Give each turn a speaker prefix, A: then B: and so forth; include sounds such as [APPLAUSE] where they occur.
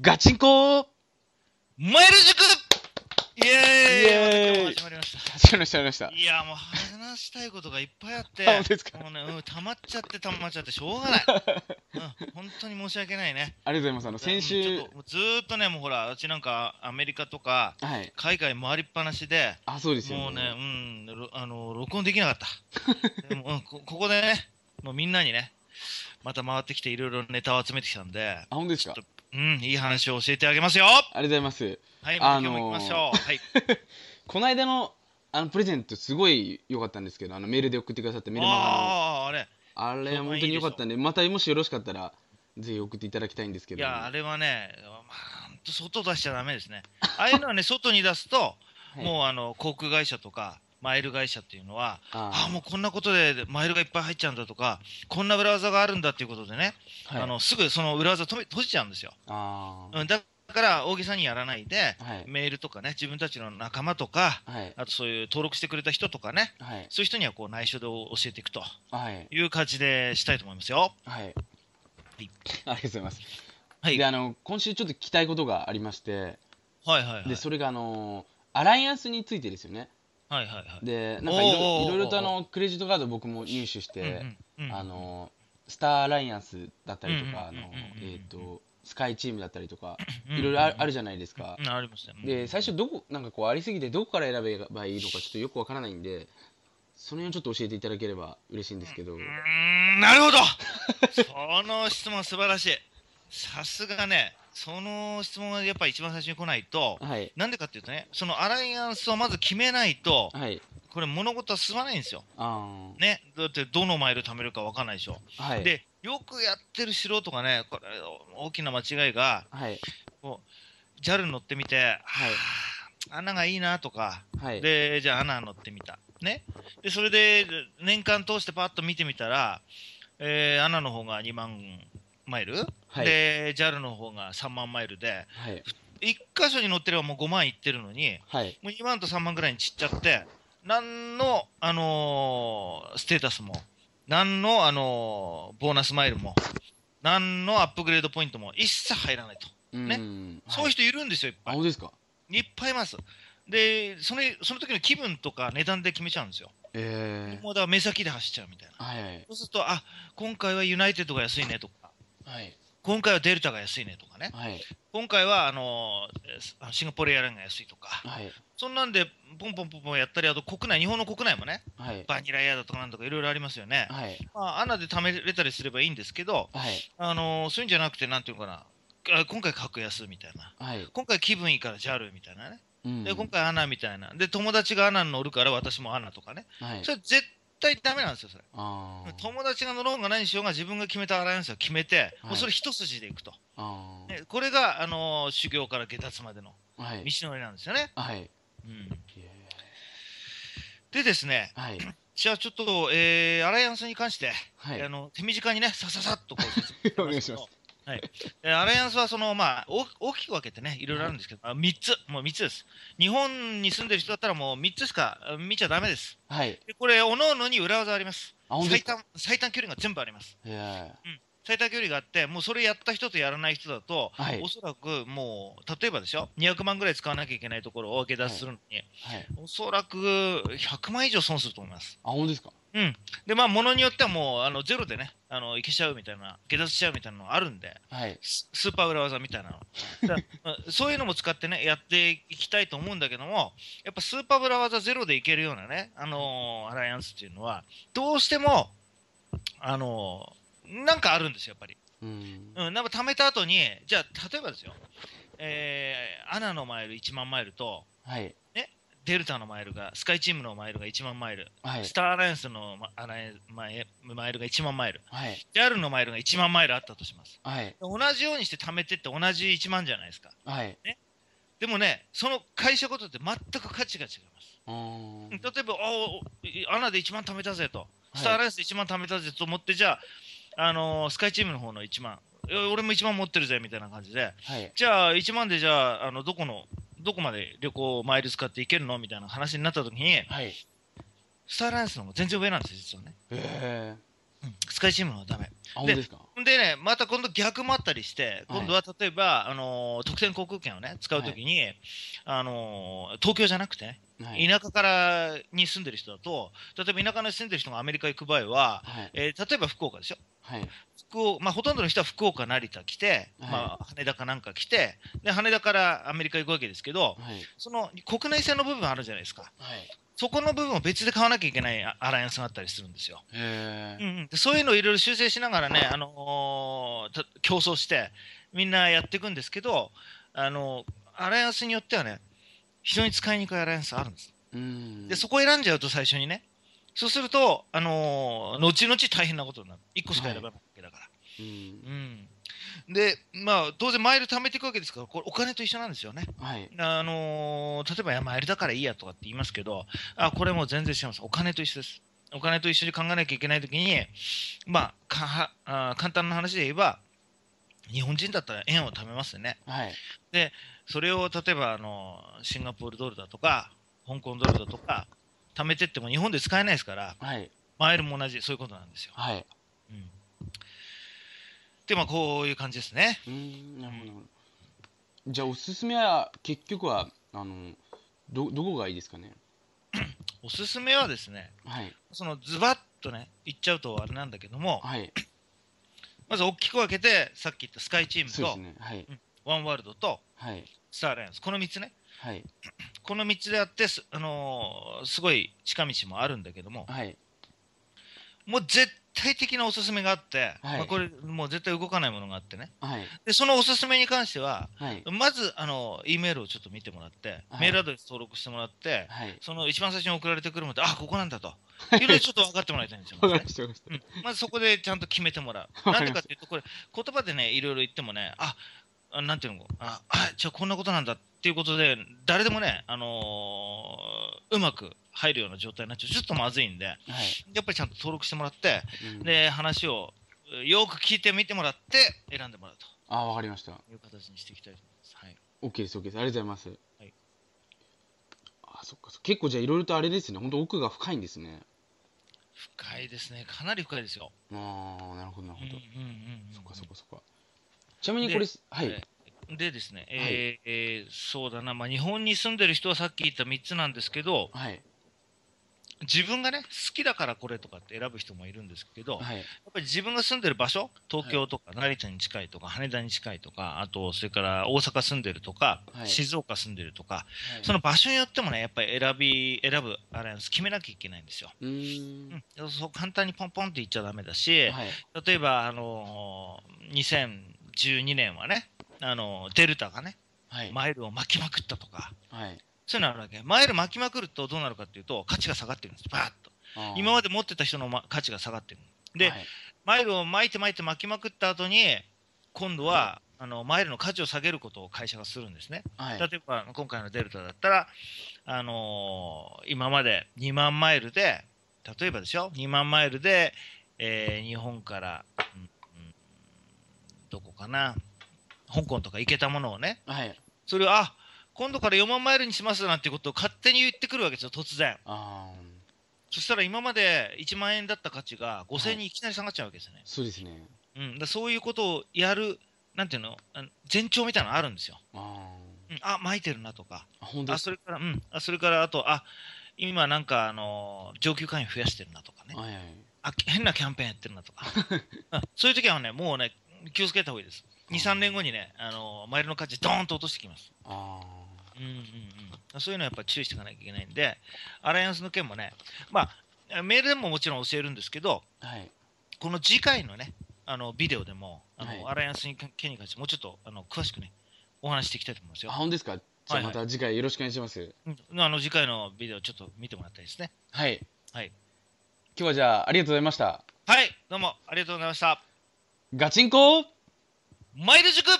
A: ガチンコ
B: マイル塾イエーイ
A: イエーイ
B: また今日も始まりまし
A: 始まりました、始まりました
B: た。いやもう話したいことがいっぱいあ
A: [LAUGHS]
B: って
A: あ本当ですか
B: もうね、うん、溜まっちゃって溜まっちゃってしょ
A: [LAUGHS]
B: うがない、うん、本当に申し訳ないね
A: ありがとうございます。あの、先
B: うん
A: 週
B: ちょっ、ともうずーっとねもうほらうちなんかアメリカとか
A: はい。
B: 海外回りっぱなしで
A: あ、そうですよね。
B: もうねうんろあの録音できなかった
A: [LAUGHS]
B: でも、うん、こここでねもうみんなにねまた回ってきていろいろネタを集めてきたんで
A: あ、本当ですか
B: ちょっうんいい話を教えてあげますよ
A: ありがとうございます。
B: はい、
A: あの
B: 今日
A: ー
B: も行きましょう。はい、
A: この間の、あの、プレゼント、すごい良かったんですけど、あの、メールで送ってくださって、メールマガの。
B: ああ、あれ、
A: あれ、本当に良かったんで、またもしよろしかったら、ぜひ送っていただきたいんですけ
B: い
A: ど。
B: や、あれはね、まあ、ほんと外出しちゃダメですね。ああいうのはね、外に出すと、
A: はい
B: もうあの航空会社とか、マイル会社っていうのは、あ
A: あ
B: あ、
A: ー
B: もうこんなことでマイルがいっぱい入っちゃうんだとか、こんな裏技があるんだっていうことでね、
A: はい
B: あのすぐその裏技止め閉じちゃうんですよ。
A: あー
B: うん、だから大げさにやらないで、
A: はい。
B: メールとかね、自分たちの仲間とか、
A: はい。
B: あとそういう登録してくれた人とかね、
A: はい。
B: そういう人にはこう内緒で教えていくと
A: はい。
B: いう感じでしたいと思いますよ。
A: はい。ありがとうございます。
B: はい
A: で、あの、今週ちょっと聞きたいことがありまして、
B: はいはいはい。
A: で、それが、あの、アライアンスについてですよね。
B: はいはいはい。
A: でなんかいろ
B: おー
A: いろいろとあのクレジットカード僕も入手して、
B: うんうんうん
A: あのスターアライアンスだったりとか、
B: うんうんうんうん
A: あのえっ、とスカイチームだったりとか、
B: うん
A: いろいろああるじゃないですか
B: う。んありましたようん
A: で最初どこなんかこうありすぎてどこから選べばいいのかちょっとよくわからないんで。その辺をちょっと教えていただければ嬉しいんですけど、
B: うーんなるほどその質問素晴らしいさすがねその質問がやっぱり一番最初に来ないと
A: はい
B: なんでかっていうとねそのアライアンスをまず決めないと
A: はい
B: これ物事は進まないんですよ
A: あー
B: ねだってどのマイル貯めるか分かんないでしょ、
A: はい
B: でよくやってる素人がねこれ大きな間違いが
A: はい
B: こう JAL 乗ってみて、
A: はい
B: あ穴がいいなとか
A: はい
B: でじゃあアナ乗ってみた、ね、でそれで年間通してパッと見てみたら、えー、アナの方が2万マイル、
A: はい
B: で JAL の方が3万マイルで
A: はい
B: 1箇所に乗ってればもう5万いってるのに
A: はい
B: もう2万と3万ぐらいに散っちゃって何の、あのーステータスも何の、あのーボーナスマイルも何のアップグレードポイントも一切入らないと、
A: うん
B: ね
A: はい
B: そういう人いるんですよいっ
A: あ
B: ぱい
A: 本当ですか
B: いっぱいいます。で、そのその時の気分とか値段で決めちゃうんですよ。
A: え
B: もうだから目先で走っちゃうみたいな。
A: ー、はいはい
B: そうすると、あ今回はユナイテッドが安いねとか、
A: はい
B: 今回はデルタが安いねとかね、
A: はい
B: 今回はあのえーすあのシンガポールエアラインが安いとか、
A: はい
B: そんなんで、ポンポンポンポンやったり、あと国内、日本の国内もね、
A: はい
B: バニラエアだとかなんとかいろいろありますよね。
A: はい
B: まあ、アナで貯めれたりすればいいんですけど、
A: はい
B: あのーそういうんじゃなくて、なんていうのかな、あ今回格安みたいな、
A: はい
B: 今回気分いいから JAL みたいなね。
A: うん
B: で今回アナみたいなで友達がアナに乗るから私もアナとかね
A: はい
B: それ絶対ダメなんですよそれ
A: あー
B: 友達が乗ろうが何しようが自分が決めたアライアンスを決めて、
A: はい
B: もうそれ一筋でいくと、
A: あー
B: ねこれが、あのー修行から下達までの
A: は
B: 道
A: い
B: のりなんですよね、
A: はい
B: うんでですね
A: はい
B: じゃあちょっと、えーアライアンスに関して、
A: はい
B: あの手短にねさささっとこう説
A: [LAUGHS]
B: 明
A: お願いします
B: けどはい、えーアライアンスはその、まあ、大大きく分けてねいろいろあるんですけど、あ3つもう3つです日本に住んでる人だったらもう3つしかあ見ちゃダメです
A: はい
B: でこれ、おのおのに裏技あります
A: あ本当で
B: 最
A: すか
B: 短。最短距離が全部あります。
A: いや
B: 最短距離があって、もうそれやった人とやらない人だと、
A: ーはい
B: おそらくもう、例えばでしょ、200万ぐらい使わなきゃいけないところを下脱するのに、
A: はい
B: おそらく100万以上損すると思います。
A: あ本当ですか
B: うん、で、まあ、ものによってはもうあのゼロでね、あのいけちゃうみたいな、下脱しちゃうみたいなのあるんで、
A: はい
B: ススーパー裏技みたいなのだ [LAUGHS] からまあそういうのも使ってねやっていきたいと思うんだけどもやっぱスーパー裏技ゼロでいけるようなね、あのーアライアンスっていうのはどうしても、あのーなんかあるんですよやっぱり、
A: うん
B: うん、なんか貯めた後にじゃあ例えばですよ、えーアナのマイル1万マイルと
A: はい
B: デルタのマイルがスカイチームのマイルが1万マイル、
A: はい
B: スターアライアンスのまアライマイマイルが1万マイル
A: はい
B: JAL のマイルが1万マイルあったとします
A: はい
B: 同じようにして貯めてって同じ1万じゃないですか
A: はい
B: でもね、その会社ごとって全く価値が違います。
A: うーん
B: 例えば、あおアナで1万貯めたぜと、スターア
A: はい
B: ライアンスで1万貯めたぜと思って、じゃあ、あのースカイチームの方の1万、いや俺も1万持ってるぜみたいな感じで、
A: はい
B: じゃあ、1万でじゃあ、あのどこの、どこまで旅行、マイル使っていけるのみたいな話になった時に、
A: はい
B: スターアライアンスの方が全然上なんですよ、実はね。
A: え
B: うんスカイチームのはダメ。
A: あ、本当ですか
B: でね、また今度逆もあったりして、今度は例えば、あのー特選航空券をね、使うときに、あのー東京じゃなくてね、
A: はい。
B: 田舎からに住んでる人だと、例えば田舎に住んでる人がアメリカ行く場合は、
A: はい。
B: えー例えば福岡でしょ。
A: はい。
B: 福岡まあ、ほとんどの人は福岡、成田来て、
A: はい
B: まあ、羽田かなんか来てで、羽田からアメリカ行くわけですけど、
A: はい。
B: その国内線の部分あるじゃないですか、
A: はい。
B: そこの部分を別で買わなきゃいけないアアライアンスがあったりするんですよ。
A: へ
B: うん
A: え。
B: うんでそういうのをいろいろ修正しながらね、あのーた競争して、みんなやっていくんですけど、あのーアライアンスによってはね、非常に使いにくいアライアンスあるんです。
A: うん。
B: で、そこを選んじゃうと最初にね、そうすると、あのー後々大変なことになる。1個しか選ばないわけだから。
A: うん。
B: うん、で、まあ、当然、マイル貯めていくわけですから、これ、お金と一緒なんですよね。
A: はい。
B: あのー例えばいや、マイルだからいいやとかって言いますけど、あこれもう全然違います、お金と一緒です。お金と一緒に考えなきゃいけないときに、まあ、かはあー簡単な話で言えば、日本人だったら円を貯めますよね。
A: はい。
B: それを例えばあのシンガポールドルだとか、香港ドルだとか、貯めてっても日本で使えないですから、
A: はい。
B: マイルも同じ、そういうことなんですよ。
A: はい。
B: うん、で、まあ、こういう感じですね。
A: うん。なるほどなるほど。じゃあ、おすすめは、結局は、あの、ど、どこがいいですかね。
B: おすすめはですね、
A: はい。
B: そのズバッとね、言っちゃうとあれなんだけども、
A: はい。
B: まず大きく分けて、さっき言ったスカイチーム
A: そうです
B: と、
A: ね。はい。
B: ワンワールドと
A: はい。
B: スターアライアンス、この3つね、
A: はい。
B: この3つであって、すあのーすごい近道もあるんだけども、
A: はい。
B: もう絶対的なおすすめがあって、
A: はい
B: まあ、これ、もう絶対動かないものがあってね、
A: はい。
B: でそのおすすめに関しては、
A: はい。
B: まず、あの E メールをちょっと見てもらって、
A: はい
B: メールアドレス登録してもらって、
A: はい。
B: その一番最初に送られてくるものって、あここなん
A: [LAUGHS]
B: だと、いろいろちょっと分かってもらいたいんですよ。ま
A: わ
B: ず
A: か
B: ね
A: りました。わかり
B: うんまずそこでちゃんと決めてもらう。 [LAUGHS]
A: わ
B: な
A: か
B: ん
A: りま
B: でか
A: し
B: っていうと、これ、言葉でね、いろいろ言ってもね、ああなんていうの、ああじゃあこんなことなんだっていうことで、誰でもね、あのーうまく入るような状態になっちゃう、ちょっとまずいんで、や
A: まし
B: っぱりちゃんと登録してもらって、
A: た。はい。うん、
B: で、話をよく聞いてみてもらって、選んでもらう
A: ああ、わかりました。
B: という形にしていきたいと思います。はい、
A: OK です、OK です。ありがとうございます。
B: はい
A: あ、そっかそっか。結構じゃあいろいろとあれですね。本当奥が深いんですね。
B: 深いですね、かなり深いですよ。
A: ああ、なるほど、なるほど。
B: うんうんうんうん
A: そっかそっかそっか。ちなみにこれ、はい。
B: ででですね、えーえーそうだな、まあ、日本に住んでる人はさっき言った3つなんですけど、
A: はい。
B: 自分がね、好きだからこれとかって選ぶ人もいるんですけど、やっ
A: はい。
B: ぱり自分が住んでる場所、東京とか成田に近いとか、羽田に近いとか、あと、それから大阪住んでるとか、
A: はい
B: 静岡住んでるとか、その場所によってもね、やっぱり選び、選ぶアライアンス決めなきゃいけないんですよ。
A: うーん。
B: うん、そう簡単にポンポンって言っちゃだめだし、
A: はい。
B: 例えば、あのー2012年はね、あのーデルタがね、
A: はい。
B: マイルを巻きまくったとか、
A: はい。
B: そういうのあるわけ。マイル巻きまくるとどうなるかっていうと、価値が下がってるんです、バーっと。
A: あー
B: 今まで持ってた人の、ま、価値が下がってる。で、
A: はい
B: マイルを巻いて巻いて巻きまくった後に、今度は、あの、マイルの価値を下げることを会社がするんですね。
A: はい。
B: 例えば、今回のデルタだったら、あのー今まで2万マイルで、例えばでしょ、2万マイルで、えー日本から、うんうんどこかな、香港とか行けたものをね、
A: はい。
B: それを、あ今度から4万マイルにしますなんてことを勝手に言ってくるわけですよ、突然。
A: ああ、
B: そしたら今まで1万円だった価値が5000円にいきなり下がっちゃうわけですよね。
A: そうですね。
B: うん、だからそういうことをやる、なんていうの、あの前兆みたいなのあるんですよ。
A: あ
B: うん、あ、巻いてるなとか、
A: ーあ。本当で
B: あ
A: す
B: それから、うん、あそれからあと、あ今なんか、あの上級会員増やしてるなとかね、
A: はいはい。
B: あ変なキャンペーンやってるなと [LAUGHS] か、うんそういう時はね、もうね、気をつけた方がいいです。2、3年後にね、あのマイルの価値、ドーンと落としてきます。
A: あ
B: うんうんうん、そういうのはやっぱ注意していかなきゃいけないんで、アライアンスの件もね、まあ、メールでももちろん教えるんですけど、
A: あ。はい。
B: この次回のね、あのビデオでも、あの
A: はい
B: アライアンスにか件に関して、もうちょっとあの詳しくね、お話ししていきたいと思います
A: あ、
B: よ。
A: 本当ですか。じゃ
B: はい
A: あ
B: は
A: ま
B: い
A: た次回よろしくお願いします。
B: うんあの次回のビデオ、ちょっと見てもらいたいですね。
A: はい。
B: はい。
A: 今日はじゃあありがとうございました。
B: はい、どうもありがとうございました。
A: ガチンコ
B: マイル塾